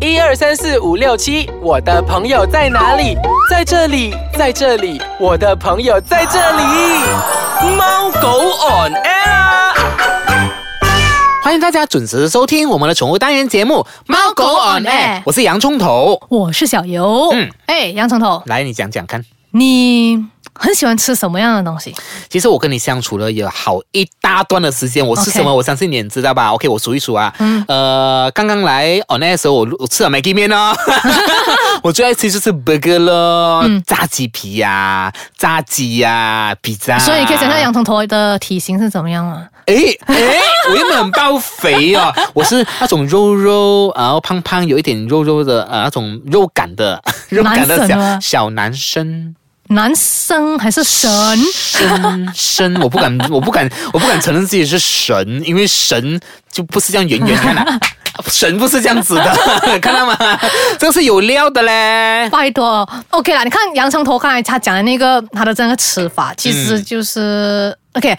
一二三四五六七，我的朋友在哪里？在这里，在这里，我的朋友在这里。猫狗 on air 啊。欢迎大家准时收听我们的宠物单元节目《猫狗 on air》，我是洋葱头。我是小游。嗯嗯，哎，洋葱头，来，你讲讲看。你很喜欢吃什么样的东西？其实我跟你相处了有好一大段的时间，我吃 OK 什么我相信你也知道吧？OK，我数一数啊，嗯呃，刚刚来 on air 的时候，我我吃了 Maggie 面 哦，我最爱吃就是 burger 咯，嗯炸鸡皮呀、炸鸡呀、披萨，所以你可以想象洋葱头的体型是怎么样啊吗？诶诶，哎我原本很爆肥哦， 我是那种肉肉，然后胖胖，有一点肉肉的，呃，那种肉感的 肉感的男神小啊小男生。男生还 是神？生生， 我不敢，我不敢，我不敢承认自己是神，因为神就不是这样圆圆看 啊。神不是这样子的， 看到吗？这个是有料的嘞。拜托，OK 啦，你看洋葱头刚才他讲的那个他的这个吃法，其实就是、OK，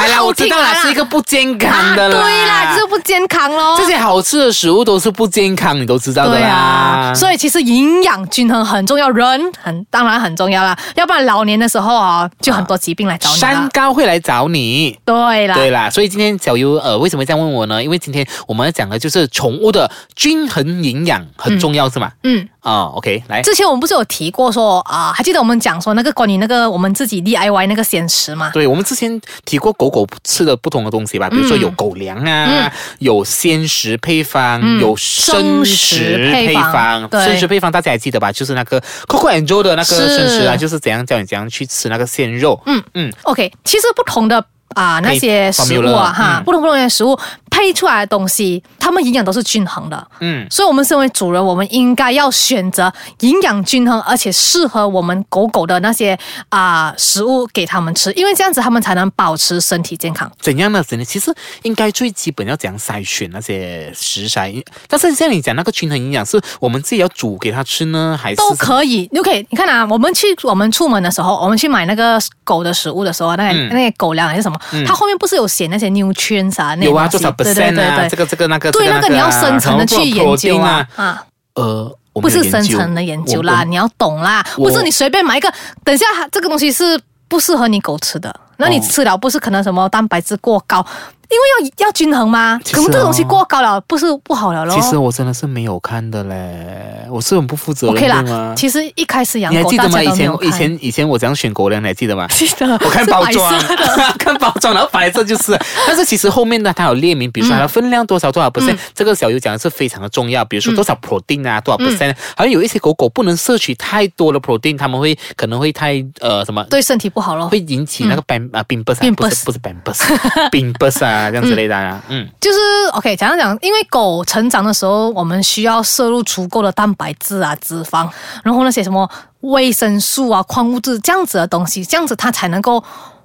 嗯哎呀，好我知听道了，啦是一个不健康的啦。啊对啦，就是不健康咯。这些好吃的食物都是不健康，你都知道的对啦。啊，所以其实营养均衡很重要，人很当然很重要啦，要不然老年的时候啊，就很多疾病来找你山了。高会来找你。对啦，对啦，所以今天小优呃为什么这样问我呢？因为今天我们要讲的就是宠物的均衡营养很重要，是吗？嗯，哦，OK，来，之前我们不是有提过说啊、还记得我们讲说那个关于那个我们自己 DIY 那个鲜食嘛？对，我们之前提过狗狗吃的不同的东西吧，比嗯如说有狗粮啊，有鲜食配方，嗯有生食配方生食配方。对生食配方大家还记得吧？就是那个 Coco and Joe 的那个是生食啊，就是怎样教你怎样去吃那个鲜肉。嗯嗯， OK，其实不同的啊、那些食物 formula，啊哈，嗯不同不同的食物配出来的东西，它们营养都是均衡的。嗯所以，我们身为主人，我们应该要选择营养均衡，而且适合我们狗狗的那些啊、食物给它们吃，因为这样子它们才能保持身体健康。怎样呢？怎样？其实应该最基本要怎样筛选那些食材，但是像你讲那个均衡营养，是我们自己要煮给它吃呢，还是都可以。OK，你看啊，我们去我们出门的时候，我们去买那个狗的食物的时候，啊那个、嗯那个狗粮还是什么，它后面不是有写那些 nutrients 啊？那些有啊，多东西少 percent 啊？这个这个那个，对这那个你要啊深层的然后去研究 protein 啊啊。呃，我不没有是深究层的研究我啦，我你要懂啦，我不是你随便买一个。等一下，这个东西是不适合你狗吃的，那你吃了不是可能什么蛋白质过高，因为要要均衡嘛。其实可能这个东西哦过高了，不是不好了咯。其实我真的是没有看的嘞，我是很不负责 OK 任的啦吗，？其实一开始养你还狗记大得吗？家以都没前有看以前以前我怎样选狗粮，你还记得吗？记得 我看包装是白色的， 看包装，然后白色就是。但是其实后面呢，它有列明，比如说它的分量多少多少 percent，、这嗯个小优讲的是非常的重要。比如说多少 protein 啊，多少 percent，、好嗯像有一些狗狗不能摄取太多的 protein，它们会可能会太呃什么对嗯身体不好咯。会引起那个 ban 啊 bin bus 啊， Bin 不是 burst 不是 ban bus bin bus 啊这样之类的啊，嗯就是 OK，讲一讲，因为狗成长的时候，我们需要摄入足够的蛋白质啊、脂肪，然后那些什么维生素啊、矿物质这样子的东西，这样子它才能够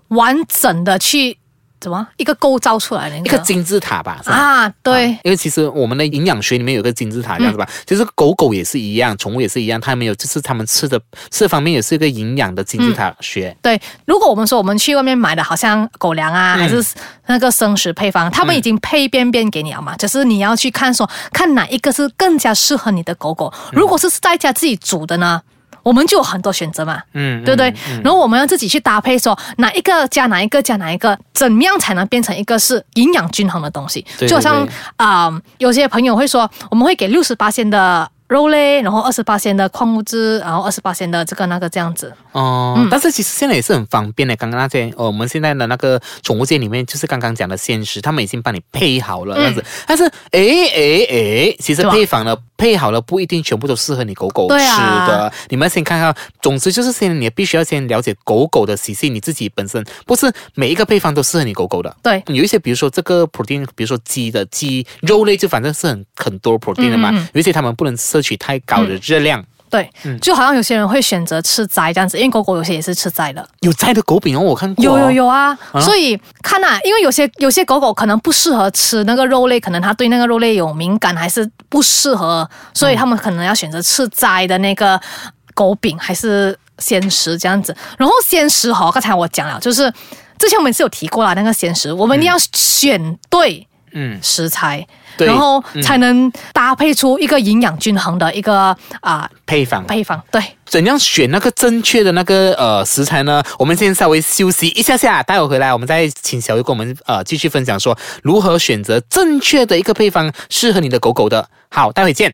完整的去怎么一个构造出来的一个金字塔吧，是吧？啊，对嗯啊，因为其实我们的营养学里面有个金字塔这样子吧，其实狗狗也是一样，宠物也是一样，它们有就是它们吃的吃的方面也是一个营养的金字塔学。对，如果我们说我们去外面买的，好像狗粮嗯啊，还是那个生食配方，他们已经配便便给你了嘛，只是你要去看说看哪一个是更加适合你的狗狗。嗯如果是在家自己煮的呢，我们就有很多选择嘛，嗯，对不对嗯？然后我们要自己去搭配说，哪一个加哪一个加哪一个，怎么样才能变成一个是营养均衡的东西？对就好像对啊、有些朋友会说，我们会给六十八鲜的肉类，然后二十八鲜的矿物质，然后二十八鲜的这个那个这样子。哦、嗯但是其实现在也是很方便的。刚刚那些，呃，我们现在的那个宠物界里面，就是刚刚讲的鲜食，他们已经帮你配好了这嗯样子。但是，诶诶诶，其实对吧配方呢，配好了不一定全部都适合你狗狗吃对的。啊你们先看看，总之就是先，你必须要先了解狗狗的习性，你自己本身不是每一个配方都适合你狗狗的。对，有一些，比如说这个 protein，比如说鸡的鸡肉类，就反正是很很多 protein 的嘛。嗯嗯嗯嗯有一些它们不能摄取太高的热量。对，嗯就好像有些人会选择吃斋这样子，因为狗狗有些也是吃斋的。有摘的狗饼哦，我看过、有哦。有有啊，啊所以看啊，因为有些有些狗狗可能不适合吃那个肉类，可能它对那个肉类有敏感，还是不适合，嗯所以他们可能要选择吃斋的那个狗饼还是鲜食这样子。然后鲜食哈，刚才我讲了，就是之前我们是有提过啦，那个鲜食，我们一定要选对。嗯食材，对嗯然后才能搭配出一个营养均衡的一个啊、配方。配方。对，怎样选那个正确的那个呃食材呢？我们先稍微休息一下下，待会回来我们再请小鱼跟我们呃继续分享说如何选择正确的一个配方，适合你的狗狗的。好，待会见。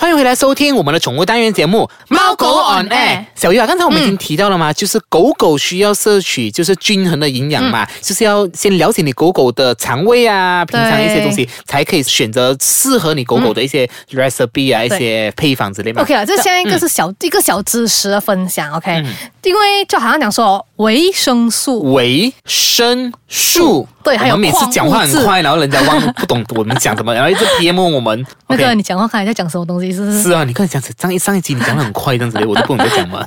欢迎回来收听我们的宠物单元节目《猫狗 on air》。小鱼啊，刚才我们已经提到了嘛，就是狗狗需要摄取就是均衡的营养嘛，就是要先了解你狗狗的肠胃啊，平常一些东西，才可以选择适合你狗狗的一些 recipe 啊，一些配方之类嘛。 OK 了，这下一嗯个是小、一个小知识的分享，OK，、因为就好像讲说维生素，维生素。对还有我们每次讲话矿物质很快，然后人家忘不懂我们讲什么，然后一直 PM 我们。那 OK 个你讲话刚才在讲什么东西？是不是是啊，你看这样子，上一上一集你讲的很快，这样子我都不懂你在讲嘛。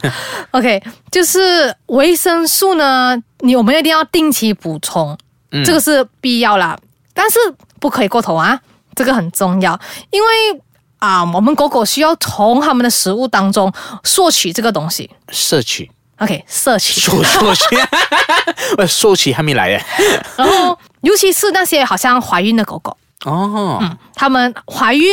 ？OK，就是维生素呢，你我们一定要定期补充，嗯这个是必要啦，但是不可以过头啊，这个很重要，因为啊、我们狗狗需要从它们的食物当中摄取这个东西。摄取， OK，摄取，摄摄取，喂，摄取还没来耶。然后尤其是那些好像怀孕的狗狗，哦，他们怀孕，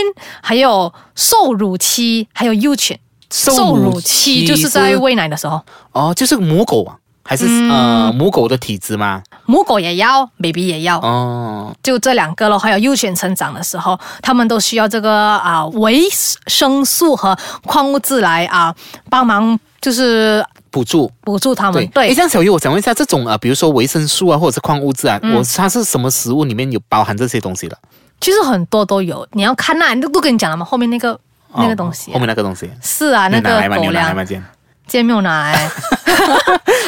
还有受乳期，还有幼犬。受乳期就是在喂奶的时候，哦，就是母狗啊，还是呃母狗的体质吗？母狗也要，baby 也要，哦，就这两个咯。还有幼犬成长的时候，他们都需要这个啊、维生素和矿物质来啊、帮忙，就是补助。补助他们。诶对像小鱼，我想问一下，这种啊，呃比如说维生素啊，或者是矿物质啊，我它是什么食物里面有包含这些东西的？其实很多都有，你要看那、都都跟你讲了嘛，后面那个、那哦个东西啊、后面那个东西，是啊，那牛奶个嘛，狗牛奶嘛，粮这样。煎牛奶。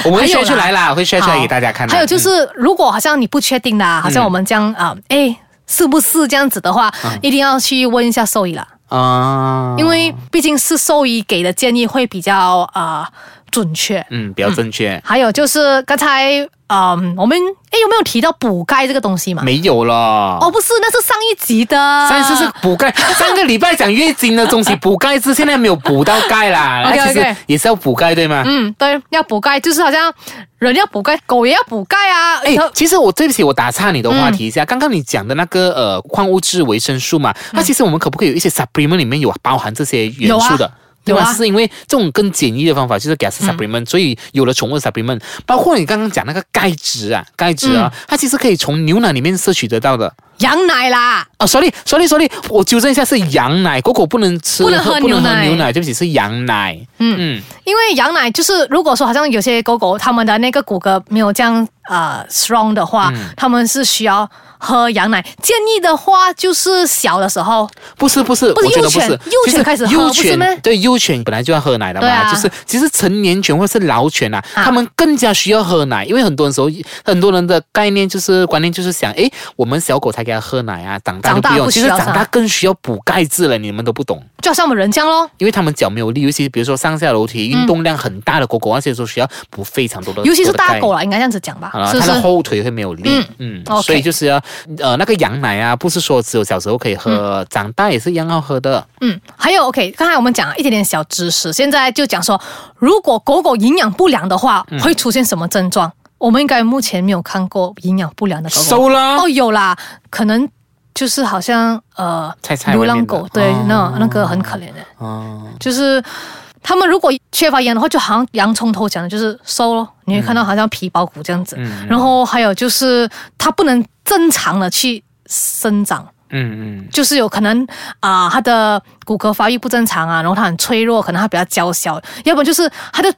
我们会还有晒出来啦，啦会晒出来给大家看的。嗯还有就是，如果好像你不确定的啊，好像我们这样啊，哎、是不是这样子的话，一定要去问一下兽医了，嗯啊，因为毕竟是兽医给的建议会比较啊、呃准确。嗯比较正确，还有就是刚才嗯、我们哎有没有提到补钙这个东西嘛？没有了。嗯哦，呃不是，那是上一集的。上一次是补 钙，上个礼拜讲月经的东西补钙是现在没有补到钙 啦。 OK，那其实 OK 也是要补钙对吗？嗯，对，要补钙，就是好像人要补钙，狗也要补钙啊。哎然后，嗯其实我对不起，我打岔你的话题一下。刚刚你讲的那个呃矿物质维生素嘛，嗯那其实我们可不可以有一些 supplement 里面有包含这些元素的？对有啊吧？有啊嗯是因为这种更简易的方法就是给它吃 supplement，、所以有了宠物的 supplement，包括你刚刚讲那个钙质啊，钙质啊，嗯它其实可以从牛奶里面摄取得到的。羊奶啦，哦，sorry，sorry，sorry，我纠正一下，是羊奶，狗狗不能吃，不能喝不能牛喝奶牛奶，对不起，是羊奶。嗯嗯，因为羊奶就是，如果说好像有些狗狗它们的那个骨骼没有这样呃 strong 的话，嗯它们是需要喝羊奶。建议的话就是小的时候，不是不是，不是我觉得幼不犬是，幼其实犬开始喝幼不是咩犬对幼犬本来就要喝奶的嘛，对啊就是其实成年犬或是老犬啊，啊它们更加需要喝奶，因为很多人时候很多人的概念就是观念就是想，诶，我们小狗才给它喝奶啊，长大就长大不用，不其需实要长大是吧更需要补钙质了，你们都不懂。就好像我们人这样咯。因为它们脚没有力，尤其比如说上下楼梯、运动量很大的狗狗，那些时候需要补非常多的，尤其多是的大钙狗啦，应该这样子讲吧好，了，是不它是的？后腿会没有力，嗯， OK 所以就是要呃那个羊奶啊，不是说只有小时候可以喝，长大也是一样要喝的。嗯，还有 OK，刚才我们讲了一点点小知识，现在就讲说，如果狗狗营养不良的话，会出现什么症嗯状？我们应该目前没有看过营养不良的狗狗。啦哦，有啦，可能就是好像呃菜菜流外面的浪狗，对，哦那那个很可怜的。哦，就是他们如果缺乏盐的话，就好像洋葱头讲的，就是瘦咯，嗯你会看到好像皮包骨这样子。然后还有就是它不能正常的去生长，嗯嗯，就是有可能啊、它的骨骼发育不正常啊，然后它很脆弱，可能它比较娇小，要不然就是它的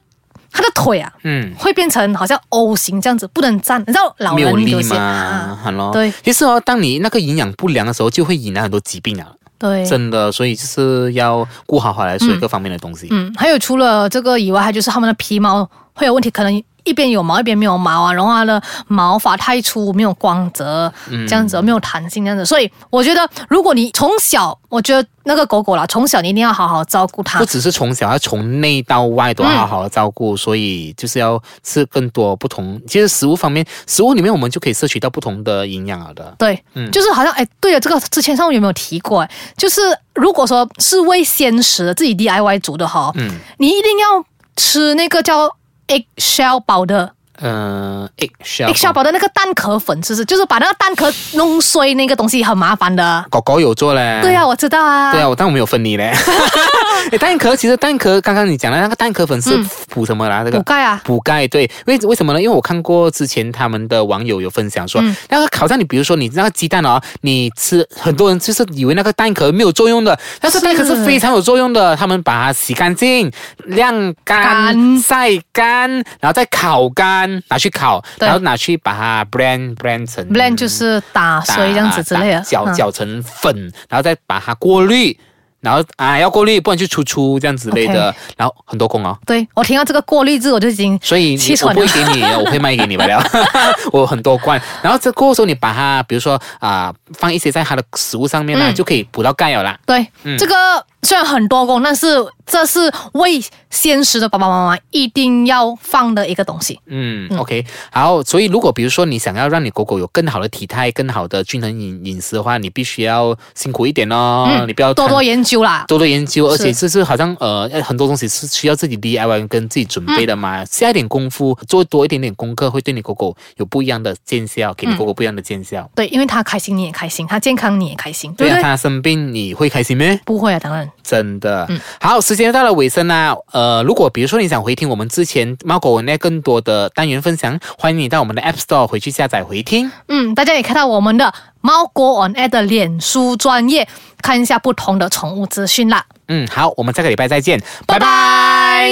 它的腿啊嗯。会变成好像 O 型这样子，不能站。你知道老没有人有力些嘛啊，，好咯。对其实哦，当你那个营养不良的时候，就会引来很多疾病啊，对，真的。所以就是要顾好好来所有各方面的东西。嗯，还有除了这个以外，还就是它们的皮毛会有问题，可能一边有毛一边没有毛啊，然后它的毛发太粗，没有光泽，这样子没有弹性，这样子。所以我觉得，如果你从小，我觉得那个狗狗啦，从小你一定要好好照顾它不。只是从小，要从内到外都要好好的照顾，所以就是要吃更多不同。其实食物方面，食物里面我们就可以摄取到不同的营养了的。对，就是好像哎，对了，这个之前上面有没有提过？哎，就是如果说是为鲜食的自己 DIY 煮的哈，嗯你一定要吃那个叫 egg shell 包的呃 egg shell， egg shell 包的那个蛋壳粉，是不是？就是把那个蛋壳弄碎，那个东西很麻烦的。狗狗有做嘞。对啊，我知道嗯啊。对啊，我但我没有分你嘞。 诶蛋壳其实蛋壳，刚刚你讲的那个蛋壳粉是补什么啦？这个嗯补钙啊补钙对。为为什么呢？因为我看过之前他们的网友有分享说，嗯那个烤蛋，你比如说你那个鸡蛋哦，你吃很多人就是以为那个蛋壳没有作用的，但是蛋壳是非常有作用的。他们把它洗干净、晾干、干晒干，然后再烤干，拿去烤，对然后拿去把它 blend blend 成 blend 就是打打碎这样子之类的打。搅嗯搅成粉，然后再把它过滤，然后啊要过滤，不然就出粗这样之类的 OK 然后很多工哦。对我听到这个过滤字，我就已经所以你气我喘不了会。给你，我会卖给你们 了。我很多罐，然后这过后时候你把它，比如说啊、放一些在它的食物上面啦，嗯就可以补到钙了啦。对，嗯这个虽然很多功，但是这是为现实的爸爸妈妈一定要放的一个东西。嗯 o k 好，所以如果比如说你想要让你狗狗有更好的体态、更好的均衡饮饮食的话，你必须要辛苦一点哦，你不要嗯多贪多研究啦。多多研究，而是且就是好像呃很多东西是需要自己 DIY 跟自己准备的嗯嘛，下一点功夫，做多一点点功课，会对你狗狗有不一样的见效，嗯给你狗狗不一样的见效。对，因为他开心你也开心，他健康你也开心，对对不啊，对？它生病你会开心咩？不会啊，当然。真的。嗯好，时间到了尾声啦、呃，如果比如说你想回听我们之前猫狗文那更多的单元分享，欢迎你到我们的 App Store 回去下载回听。嗯，大家也看到我们的猫狗 on air 的脸书专业，看一下不同的宠物资讯啦。嗯，好，我们下个礼拜再见，拜拜。拜拜